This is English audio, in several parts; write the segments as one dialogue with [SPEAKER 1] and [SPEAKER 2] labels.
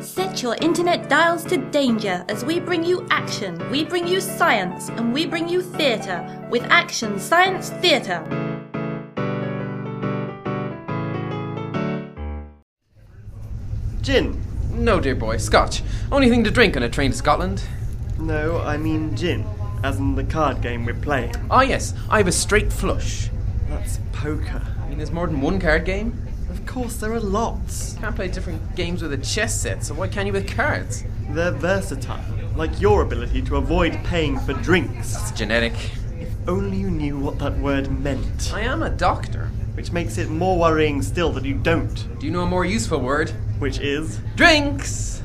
[SPEAKER 1] Set your internet dials to danger as we bring you action, we bring you science, and we bring you theatre with Action Science Theatre.
[SPEAKER 2] Gin.
[SPEAKER 3] No, dear boy, scotch. Only thing to drink on a train to Scotland.
[SPEAKER 2] No, I mean gin, as in the card game we're playing.
[SPEAKER 3] Ah, yes, I have a straight flush.
[SPEAKER 2] That's poker.
[SPEAKER 3] I mean, there's more than one card game.
[SPEAKER 2] Of course, there are lots.
[SPEAKER 3] Can't play different games with a chess set, so why can't you with cards?
[SPEAKER 2] They're versatile, like your ability to avoid paying for drinks.
[SPEAKER 3] It's genetic.
[SPEAKER 2] Only you knew what that word meant.
[SPEAKER 3] I am a doctor.
[SPEAKER 2] Which makes it more worrying still that you don't,
[SPEAKER 3] Do you know a more useful word?
[SPEAKER 2] which is.
[SPEAKER 3] Drinks!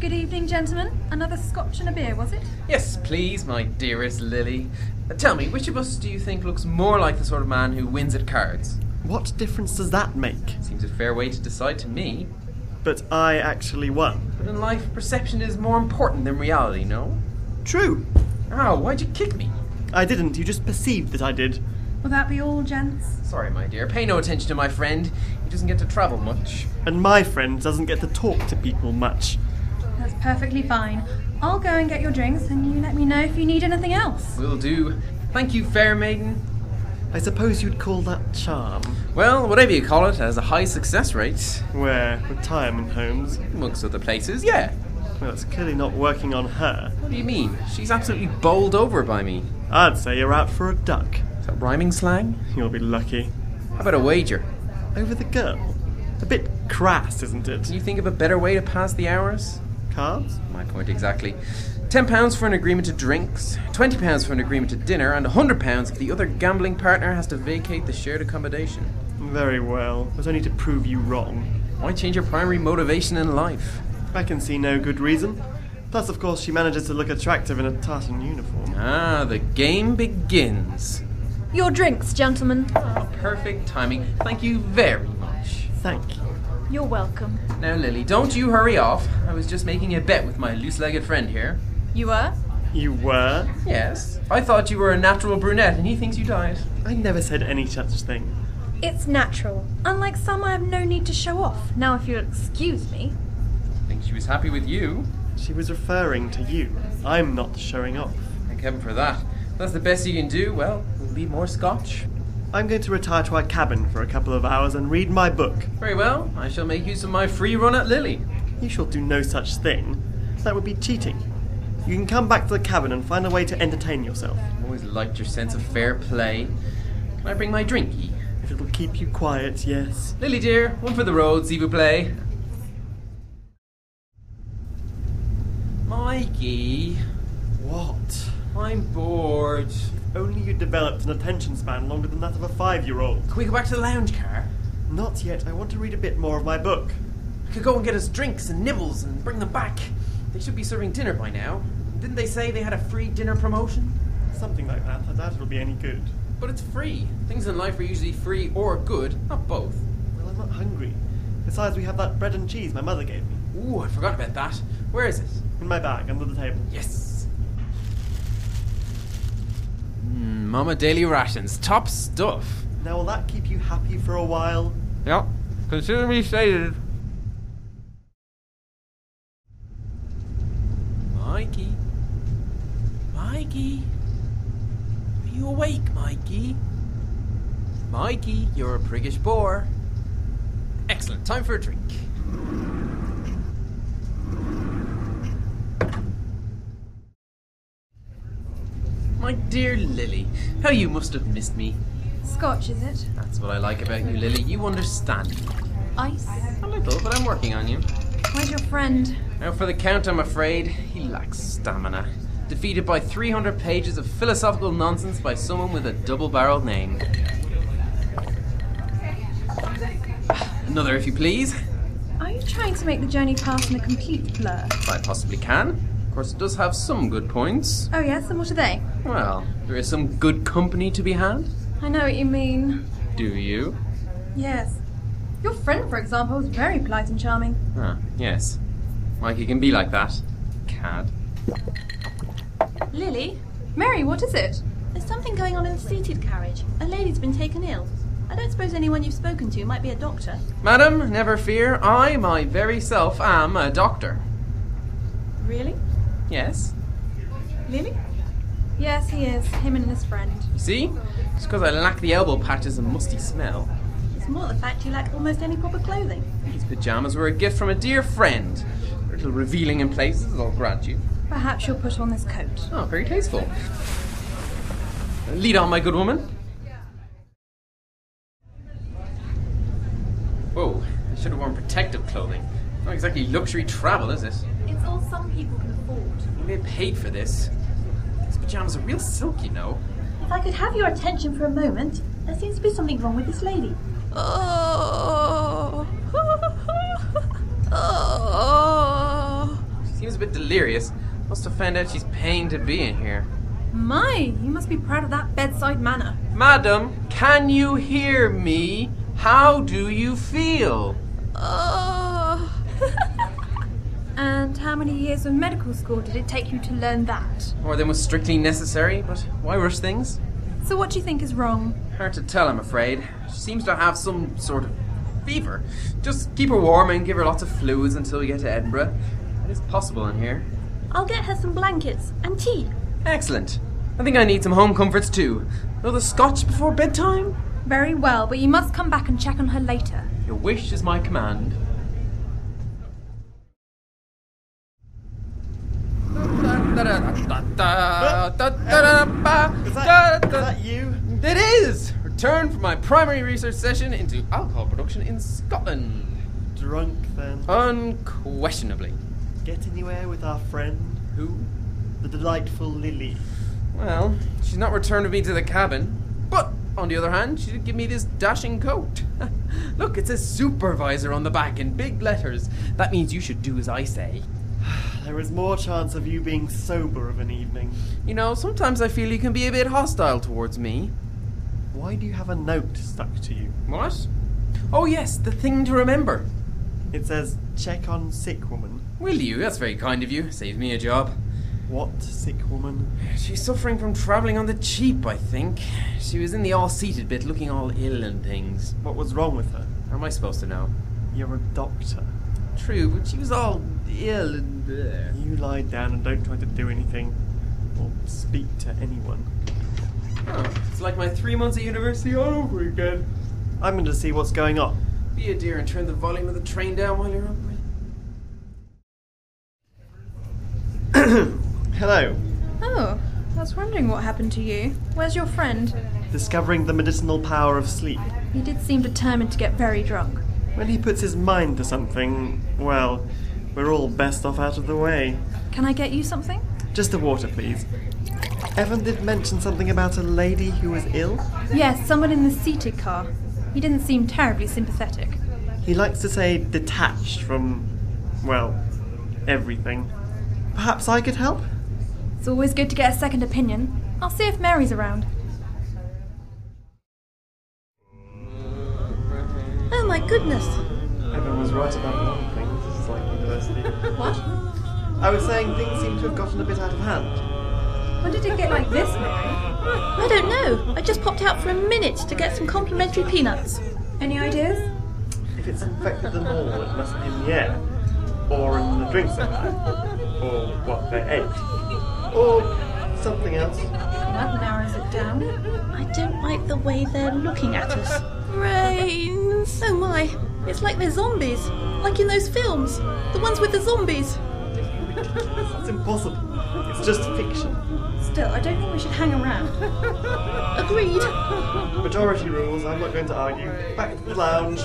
[SPEAKER 4] Good evening, gentlemen. Another scotch and a beer, was it?
[SPEAKER 3] Yes, please, my dearest Lily. Uh, tell me, which of us do you think looks more like the sort of man who wins at cards?
[SPEAKER 2] What difference does that make?
[SPEAKER 3] Seems a fair way to decide to me.
[SPEAKER 2] But I actually won.
[SPEAKER 3] But in life, perception is more important than reality, no?
[SPEAKER 2] True.
[SPEAKER 3] Ow, why'd you kick me?
[SPEAKER 2] I didn't, you just perceived that I did.
[SPEAKER 4] Will that be all, gents?
[SPEAKER 3] Sorry, my dear. Pay no attention to my friend. He doesn't get to travel much.
[SPEAKER 2] And my friend doesn't get to talk to people much.
[SPEAKER 4] That's perfectly fine. I'll go and get your drinks, and you let me know if you need anything else.
[SPEAKER 3] Will do. Thank you, fair maiden.
[SPEAKER 2] I suppose you'd call that charm.
[SPEAKER 3] Well, whatever you call it, has a high success rate.
[SPEAKER 2] Where retirement homes.
[SPEAKER 3] Amongst other places, yeah.
[SPEAKER 2] Well, it's clearly not working on her.
[SPEAKER 3] What do you mean? She's absolutely bowled over by me.
[SPEAKER 2] I'd say you're out for a duck.
[SPEAKER 3] Is that rhyming slang?
[SPEAKER 2] You'll be lucky.
[SPEAKER 3] How about a wager?
[SPEAKER 2] Over the girl. A bit crass, isn't
[SPEAKER 3] Can
[SPEAKER 2] it?
[SPEAKER 3] you think of a better way to pass the hours?
[SPEAKER 2] Cards?
[SPEAKER 3] My point exactly. £10 for an agreement to drinks, £20 for an agreement to dinner, and £100 if the other gambling partner has to vacate the shared accommodation.
[SPEAKER 2] Very well, but only to prove you wrong.
[SPEAKER 3] Why change your primary motivation in life?
[SPEAKER 2] I can see no good reason. Plus, of course, she manages to look attractive in a tartan uniform.
[SPEAKER 3] Ah, the game begins.
[SPEAKER 4] Your drinks, gentlemen.
[SPEAKER 3] Ah, perfect timing. Thank you very much.
[SPEAKER 2] Thank you.
[SPEAKER 4] You're welcome.
[SPEAKER 3] Now, Lily, don't you hurry off. I was just making a bet with my loose legged friend here.
[SPEAKER 4] You were?
[SPEAKER 2] You were?
[SPEAKER 3] Yes. I thought you were a natural brunette, and he thinks you died.
[SPEAKER 2] I never said any such thing.
[SPEAKER 4] It's natural. Unlike some, I have no need to show off. Now, if you'll excuse me.
[SPEAKER 3] I think she was happy with you.
[SPEAKER 2] She was referring to you. I'm not showing off.
[SPEAKER 3] Thank heaven for that. If that's the best you can do, well, we'll be more scotch.
[SPEAKER 2] I'm going to retire to our cabin for a couple of hours and read my book.
[SPEAKER 3] Very well. I shall make use of my free run at Lily.
[SPEAKER 2] You shall do no such thing. That would be cheating. You can come back to the cabin and find a way to entertain yourself.
[SPEAKER 3] I've always liked your sense of fair play. Can I bring my drinky?
[SPEAKER 2] If it'll keep you quiet, yes.
[SPEAKER 3] Lily, dear, one for the road, s'il vous plaît. Mikey,
[SPEAKER 2] What?
[SPEAKER 3] I'm bored.
[SPEAKER 2] Only you developed an attention span longer than that of a five year old.
[SPEAKER 3] Can we go back to the lounge car?
[SPEAKER 2] Not yet, I want to read a bit more of my book.
[SPEAKER 3] I could go and get us drinks and nibbles and bring them back. They should be serving dinner by now. Didn't they say they had a free dinner promotion?
[SPEAKER 2] Something like that, I doubt it'll be any good.
[SPEAKER 3] But it's free. Things in life are usually free or good, not both.
[SPEAKER 2] Well, I'm not hungry. Besides, we have that bread and cheese my mother gave me.
[SPEAKER 3] Ooh, I forgot about that. Where is it?
[SPEAKER 2] In my bag, under the table.
[SPEAKER 3] Yes. Mm, Mama Daily Rations. Top stuff.
[SPEAKER 2] Now, will that keep you happy for a while?
[SPEAKER 5] Yep. Consider me stated.
[SPEAKER 3] Mikey. Mikey. Are you awake, Mikey? Mikey, you're a priggish boar. Excellent. Time for a drink. My dear Lily, how you must have missed me.
[SPEAKER 4] Scotch, is it?
[SPEAKER 3] That's what I like about you, Lily. You understand.
[SPEAKER 4] Ice?
[SPEAKER 3] A little, but I'm working on you.
[SPEAKER 4] Where's your friend?
[SPEAKER 3] Now for the count, I'm afraid he lacks stamina. Defeated by 300 pages of philosophical nonsense by someone with a double-barreled name. Another, if you please.
[SPEAKER 4] Are you trying to make the journey past in a complete blur?
[SPEAKER 3] If I possibly can. Of course, it does have some good points.
[SPEAKER 4] Oh, yes, and what are they?
[SPEAKER 3] Well, there is some good company to be had.
[SPEAKER 4] I know what you mean.
[SPEAKER 3] Do you?
[SPEAKER 4] Yes. Your friend, for example, was very polite and charming.
[SPEAKER 3] Ah, yes. Mikey can be like that. Cad.
[SPEAKER 1] Lily,
[SPEAKER 4] Mary, what is it?
[SPEAKER 1] there's something going on in the seated carriage. A lady's been taken ill. I don't suppose anyone you've spoken to might be a doctor.
[SPEAKER 3] Madam, never fear, I, my very self, am a doctor.
[SPEAKER 1] Really?
[SPEAKER 3] Yes?
[SPEAKER 1] Really?
[SPEAKER 4] Yes, he is. Him and his friend.
[SPEAKER 3] You see? It's because I lack the elbow patches and musty smell.
[SPEAKER 1] It's more the fact you lack almost any proper clothing.
[SPEAKER 3] These pajamas were a gift from a dear friend. A little revealing in places, I'll grant you.
[SPEAKER 4] Perhaps you'll put on this coat.
[SPEAKER 3] Oh, very tasteful. Lead on, my good woman. Whoa, I should have worn protective clothing. Not exactly luxury travel, is it?
[SPEAKER 6] It's all some people can afford.
[SPEAKER 3] Maybe I paid for this. These pajamas are real silk, you know.
[SPEAKER 1] If I could have your attention for a moment, there seems to be something wrong with this lady. Oh. oh.
[SPEAKER 3] She seems a bit delirious. Must have found out she's paying to be in here.
[SPEAKER 4] My, you must be proud of that bedside manner.
[SPEAKER 3] Madam, can you hear me? How do you feel?
[SPEAKER 4] Oh. and how many years of medical school did it take you to learn that?
[SPEAKER 3] More than was strictly necessary, but why rush things?
[SPEAKER 4] So what do you think is wrong?
[SPEAKER 3] Hard to tell, I'm afraid. She seems to have some sort of fever. Just keep her warm and give her lots of fluids until we get to Edinburgh. That is possible in here.
[SPEAKER 1] I'll get her some blankets and tea.
[SPEAKER 3] Excellent. I think I need some home comforts too. Another scotch before bedtime?
[SPEAKER 4] Very well, but you must come back and check on her later.
[SPEAKER 3] Your wish is my command.
[SPEAKER 2] Is that, is that you?
[SPEAKER 3] It is! Return from my primary research session into alcohol production in Scotland.
[SPEAKER 2] Drunk then?
[SPEAKER 3] Unquestionably.
[SPEAKER 2] Get anywhere with our friend,
[SPEAKER 3] Who?
[SPEAKER 2] the delightful Lily.
[SPEAKER 3] Well, she's not returned with me to the cabin. But, on the other hand, she did give me this dashing coat. Look, it says supervisor on the back in big letters. That means you should do as I say.
[SPEAKER 2] There is more chance of you being sober of an evening.
[SPEAKER 3] You know, sometimes I feel you can be a bit hostile towards me.
[SPEAKER 2] Why do you have a note stuck to you?
[SPEAKER 3] What? Oh, yes, the thing to remember.
[SPEAKER 2] It says, check on sick woman.
[SPEAKER 3] Will you? That's very kind of you. Saves me a job.
[SPEAKER 2] What sick woman?
[SPEAKER 3] She's suffering from travelling on the cheap, I think. She was in the all seated bit, looking all ill and things.
[SPEAKER 2] What was wrong with her?
[SPEAKER 3] How am I supposed to know?
[SPEAKER 2] You're a doctor.
[SPEAKER 3] True, but she was all ill and. bleh.
[SPEAKER 2] You lie down and don't try to do anything or speak to anyone.
[SPEAKER 3] Oh, it's like my three months at university all over again.
[SPEAKER 2] I'm going to see what's going on.
[SPEAKER 3] Be a dear and turn the volume of the train down while you're up.
[SPEAKER 2] Hello.
[SPEAKER 4] Oh, I was wondering what happened to you. Where's your friend?
[SPEAKER 2] Discovering the medicinal power of sleep.
[SPEAKER 4] He did seem determined to get very drunk.
[SPEAKER 2] When he puts his mind to something, well, we're all best off out of the way.
[SPEAKER 4] Can I get you something?
[SPEAKER 2] Just a water, please. Evan did mention something about a lady who was ill.
[SPEAKER 4] Yes, someone in the seated car. He didn't seem terribly sympathetic.
[SPEAKER 2] He likes to say detached from, well, everything. Perhaps I could help?
[SPEAKER 4] It's always good to get a second opinion. I'll see if Mary's around.
[SPEAKER 1] Oh my goodness.
[SPEAKER 2] Evan was right about one thing. It's like university.
[SPEAKER 4] What?
[SPEAKER 2] I was saying things seem to have gotten a bit out of hand.
[SPEAKER 4] When did it get like this, Mary?
[SPEAKER 1] I don't know. I just popped out for a minute to get some complimentary peanuts.
[SPEAKER 4] Any ideas?
[SPEAKER 2] If it's infected them all, it must be in the air, or in the drinks they had, or what they ate, or something else.
[SPEAKER 4] That narrows it down.
[SPEAKER 1] I don't like the way they're looking at us. Brains. Oh my. It's like they're zombies. Like in those films. The ones with the zombies.
[SPEAKER 2] That's impossible. It's just fiction.
[SPEAKER 4] Still, I don't think we should hang around.
[SPEAKER 1] Agreed.
[SPEAKER 2] Majority rules, I'm not going to argue. Back to the lounge.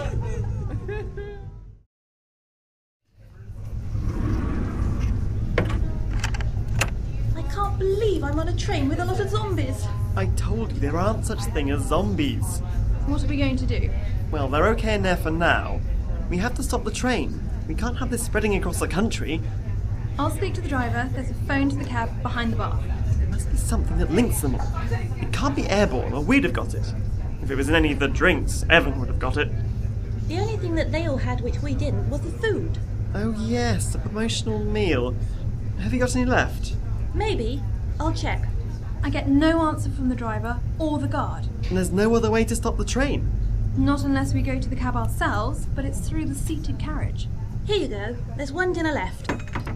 [SPEAKER 1] I can't believe I'm on a train with a lot of zombies.
[SPEAKER 2] I told you there aren't such thing as zombies.
[SPEAKER 4] What are we going to do?
[SPEAKER 2] Well, they're okay in there for now. We have to stop the train. We can't have this spreading across the country.
[SPEAKER 4] I'll speak to the driver. There's a phone to the cab behind the bar.
[SPEAKER 2] There must be something that links them all. It can't be airborne, or we'd have got it. If it was in any of the drinks, Evan would have got it.
[SPEAKER 1] The only thing that they all had which we didn't was the food.
[SPEAKER 2] Oh, yes, a promotional meal. Have you got any left?
[SPEAKER 1] Maybe. I'll check.
[SPEAKER 4] I get no answer from the driver or the guard.
[SPEAKER 2] And there's no other way to stop the train.
[SPEAKER 4] Not unless we go to the cab ourselves, but it's through the seated carriage.
[SPEAKER 1] Here you go. There's one dinner left.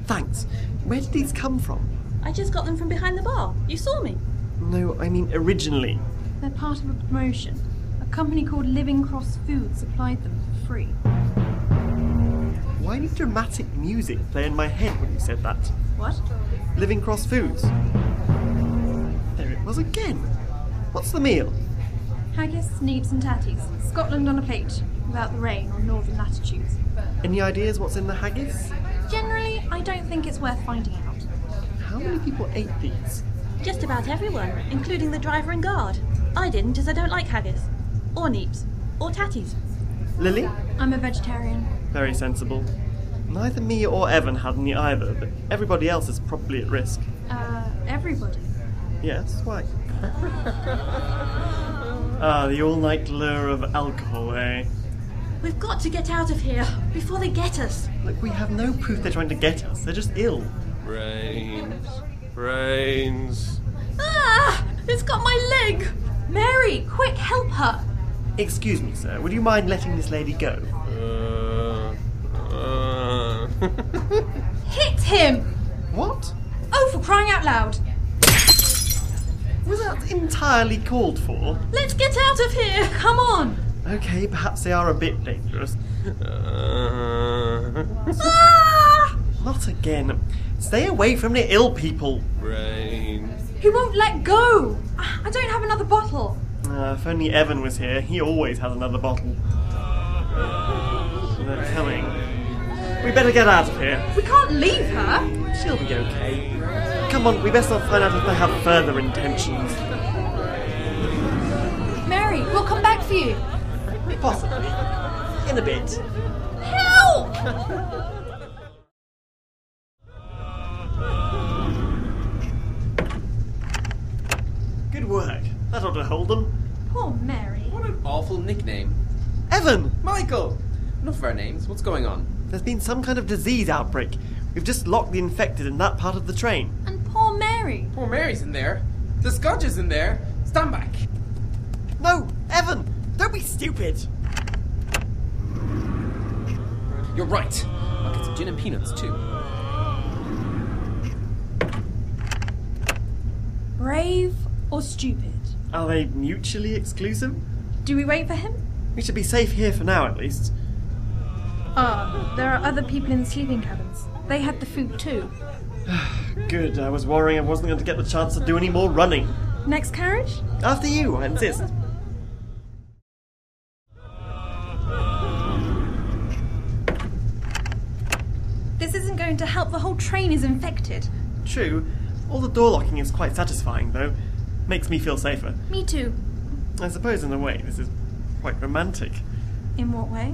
[SPEAKER 2] Thanks. Where did these come from?
[SPEAKER 1] I just got them from behind the bar. You saw me.
[SPEAKER 2] No, I mean originally.
[SPEAKER 4] They're part of a promotion. A company called Living Cross Food supplied them for free.
[SPEAKER 2] Why did dramatic music play in my head when you said that?
[SPEAKER 4] What?
[SPEAKER 2] Living Cross Foods. There it was again. What's the meal?
[SPEAKER 4] Haggis, neeps, and tatties. Scotland on a plate, without the rain or northern latitudes.
[SPEAKER 2] Any ideas what's in the haggis?
[SPEAKER 4] Generally, I don't think it's worth finding out.
[SPEAKER 2] How many people ate these?
[SPEAKER 1] Just about everyone, including the driver and guard. I didn't, as I don't like haggis. Or neeps. Or tatties.
[SPEAKER 2] Lily?
[SPEAKER 4] I'm a vegetarian.
[SPEAKER 2] Very sensible. Neither me or Evan had any either, but everybody else is probably at risk.
[SPEAKER 4] Uh, everybody.
[SPEAKER 2] Yes, why? ah, the all night lure of alcohol, eh?
[SPEAKER 1] We've got to get out of here before they get us.
[SPEAKER 2] Look, we have no proof they're trying to get us. They're just ill.
[SPEAKER 5] Brains. Brains.
[SPEAKER 1] Ah! It's got my leg!
[SPEAKER 4] Mary, quick, help her!
[SPEAKER 2] Excuse me, sir. Would you mind letting this lady go?
[SPEAKER 5] Uh, uh.
[SPEAKER 4] Hit him!
[SPEAKER 2] What?
[SPEAKER 4] Oh, for crying out loud!
[SPEAKER 2] Was that entirely called for?
[SPEAKER 1] Let's get out of here!
[SPEAKER 4] Come on!
[SPEAKER 2] Okay, perhaps they are a bit dangerous.
[SPEAKER 5] uh.
[SPEAKER 4] Ah!
[SPEAKER 2] Not again. Stay away from the ill people.
[SPEAKER 5] Brains.
[SPEAKER 4] He won't let go! Ah, I I don't have another bottle.
[SPEAKER 2] Ah, if only Evan was here, he always has another bottle. They're coming. We better get out of here.
[SPEAKER 4] We can't leave her!
[SPEAKER 2] She'll be okay. Come on, we best not find out if they have further intentions.
[SPEAKER 4] Mary, we'll come back for you!
[SPEAKER 2] Possibly. In a bit.
[SPEAKER 4] Help!
[SPEAKER 2] Good work. That ought to hold them.
[SPEAKER 4] Poor Mary.
[SPEAKER 3] What an awful nickname.
[SPEAKER 2] Evan!
[SPEAKER 3] Michael! Enough of our names. What's going on?
[SPEAKER 2] There's been some kind of disease outbreak. We've just locked the infected in that part of the train.
[SPEAKER 4] And poor Mary.
[SPEAKER 3] Poor Mary's in there. The Scotch is in there. Stand back.
[SPEAKER 2] No! Evan! Don't be stupid!
[SPEAKER 3] You're right. I'll get some gin and peanuts too.
[SPEAKER 4] Brave or stupid?
[SPEAKER 2] Are they mutually exclusive?
[SPEAKER 4] Do we wait for him?
[SPEAKER 2] We should be safe here for now, at least.
[SPEAKER 4] Ah, there are other people in the sleeping cabins. They had the food too.
[SPEAKER 2] Good, I was worrying I wasn't going to get the chance to do any more running.
[SPEAKER 4] Next carriage?
[SPEAKER 2] After you, I insist.
[SPEAKER 4] This isn't going to help. The whole train is infected.
[SPEAKER 2] True, all the door locking is quite satisfying, though. Makes me feel safer.
[SPEAKER 4] Me too.
[SPEAKER 2] I suppose, in a way, this is quite romantic.
[SPEAKER 4] In what way?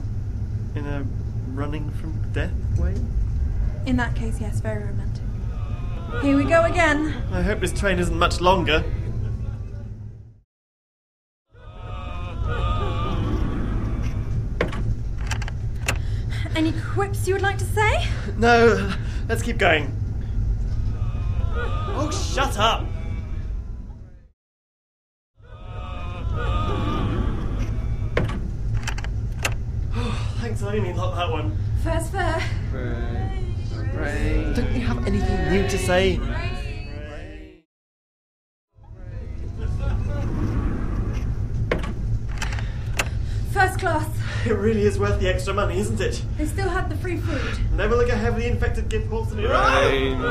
[SPEAKER 2] In a running from death way?
[SPEAKER 4] In that case, yes, very romantic. Here we go again.
[SPEAKER 2] I hope this train isn't much longer.
[SPEAKER 4] Any quips you would like to say?
[SPEAKER 2] No, let's keep going. Oh, shut up! Thanks, I only not that one.
[SPEAKER 4] First fur.
[SPEAKER 3] Brains.
[SPEAKER 2] Don't you have anything new to say?
[SPEAKER 4] First class.
[SPEAKER 2] It really is worth the extra money, isn't it?
[SPEAKER 4] They still had the free food.
[SPEAKER 2] Never look at heavily infected gift horse in
[SPEAKER 5] Brains.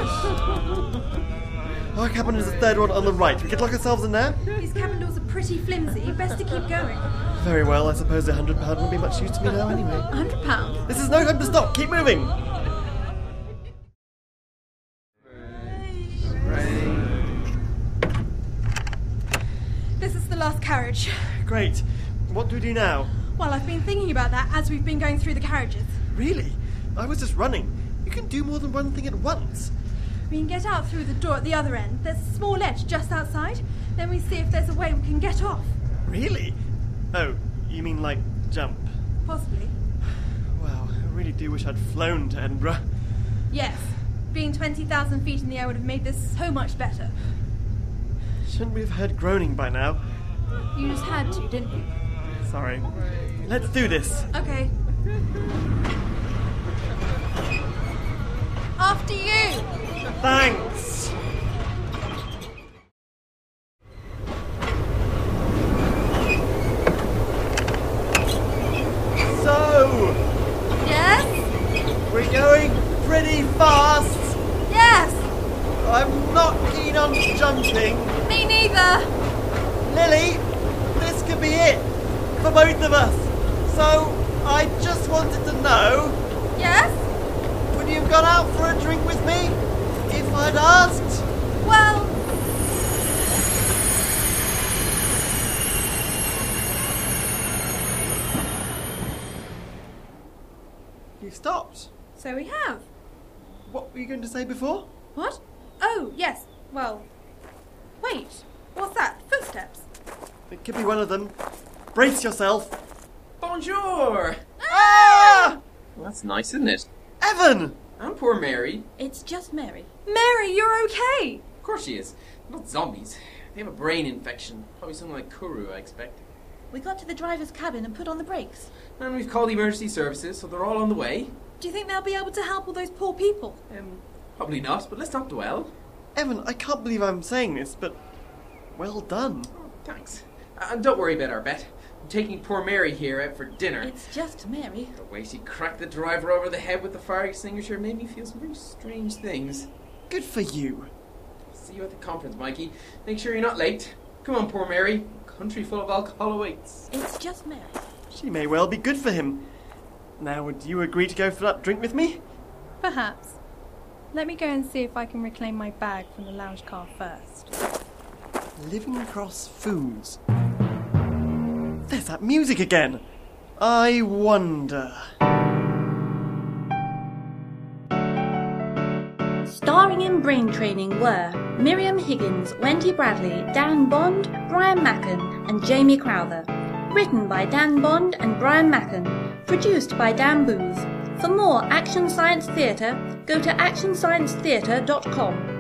[SPEAKER 2] Our cabin is the third one on the right. We could lock ourselves in there.
[SPEAKER 4] These cabin doors are pretty flimsy. Best to keep going.
[SPEAKER 2] Very well, I suppose a hundred pound won't be much use to me now anyway.
[SPEAKER 4] A hundred pound.
[SPEAKER 2] This is no time to stop. Keep moving.
[SPEAKER 4] This is the last carriage.
[SPEAKER 2] Great. What do we do now?
[SPEAKER 4] Well, I've been thinking about that as we've been going through the carriages.
[SPEAKER 2] Really? I was just running. You can do more than one thing at once.
[SPEAKER 4] We can get out through the door at the other end. There's a small ledge just outside. Then we see if there's a way we can get off.
[SPEAKER 2] Really? Oh, you mean like jump?
[SPEAKER 4] Possibly.
[SPEAKER 2] Wow, I really do wish I'd flown to Edinburgh.
[SPEAKER 4] Yes. Being 20,000 feet in the air would have made this so much better.
[SPEAKER 2] Shouldn't we have heard groaning by now?
[SPEAKER 4] You just had to, didn't you?
[SPEAKER 2] Sorry. Let's do this.
[SPEAKER 4] Okay. After you!
[SPEAKER 2] Thanks. So,
[SPEAKER 4] Yes?
[SPEAKER 2] we're going pretty fast.
[SPEAKER 4] Yes!
[SPEAKER 2] I'm not keen on jumping.
[SPEAKER 4] Me neither!
[SPEAKER 2] Lily, this could be it for both of us. So, I just wanted to know
[SPEAKER 4] Yes?
[SPEAKER 2] would you have gone out for a drink with me if I'd asked?
[SPEAKER 4] Well,
[SPEAKER 2] You stopped.
[SPEAKER 4] so we have.
[SPEAKER 2] What were you going to say before?
[SPEAKER 4] What? Oh, yes. Well, wait. What's that? Footsteps.
[SPEAKER 2] It could be one of them. Brace yourself.
[SPEAKER 3] Bonjour!
[SPEAKER 2] Ah!
[SPEAKER 3] Well, that's nice, isn't it?
[SPEAKER 2] Evan!
[SPEAKER 3] And poor Mary.
[SPEAKER 1] It's just Mary.
[SPEAKER 4] Mary, you're okay.
[SPEAKER 3] Of course she is. Not zombies. They have a brain infection. Probably something like Kuru, I expect.
[SPEAKER 1] We got to the driver's cabin and put on the brakes.
[SPEAKER 3] And we've called the emergency services, so they're all on the way.
[SPEAKER 4] Do you think they'll be able to help all those poor people?
[SPEAKER 3] Um, probably not, but let's not dwell.
[SPEAKER 2] Evan, I can't believe I'm saying this, but well done.
[SPEAKER 3] Oh, thanks. Uh, And don't worry about our bet. I'm taking poor Mary here out for dinner.
[SPEAKER 1] It's just Mary.
[SPEAKER 3] The way she cracked the driver over the head with the fire extinguisher made me feel some very strange things.
[SPEAKER 2] Good for you.
[SPEAKER 3] See you at the conference, Mikey. Make sure you're not late. Come on, poor Mary. A country full of alcohol awaits.
[SPEAKER 1] It's just Mary.
[SPEAKER 2] She may well be good for him. Now, would you agree to go for that drink with me?
[SPEAKER 4] Perhaps. Let me go and see if I can reclaim my bag from the lounge car first.
[SPEAKER 2] Living Cross Foods. There's that music again. I wonder.
[SPEAKER 1] Starring in Brain Training were Miriam Higgins, Wendy Bradley, Dan Bond, Brian Macken, and Jamie Crowther. Written by Dan Bond and Brian Macken. Produced by Dan Booth. For more Action Science Theatre, go to actionsciencetheatre.com.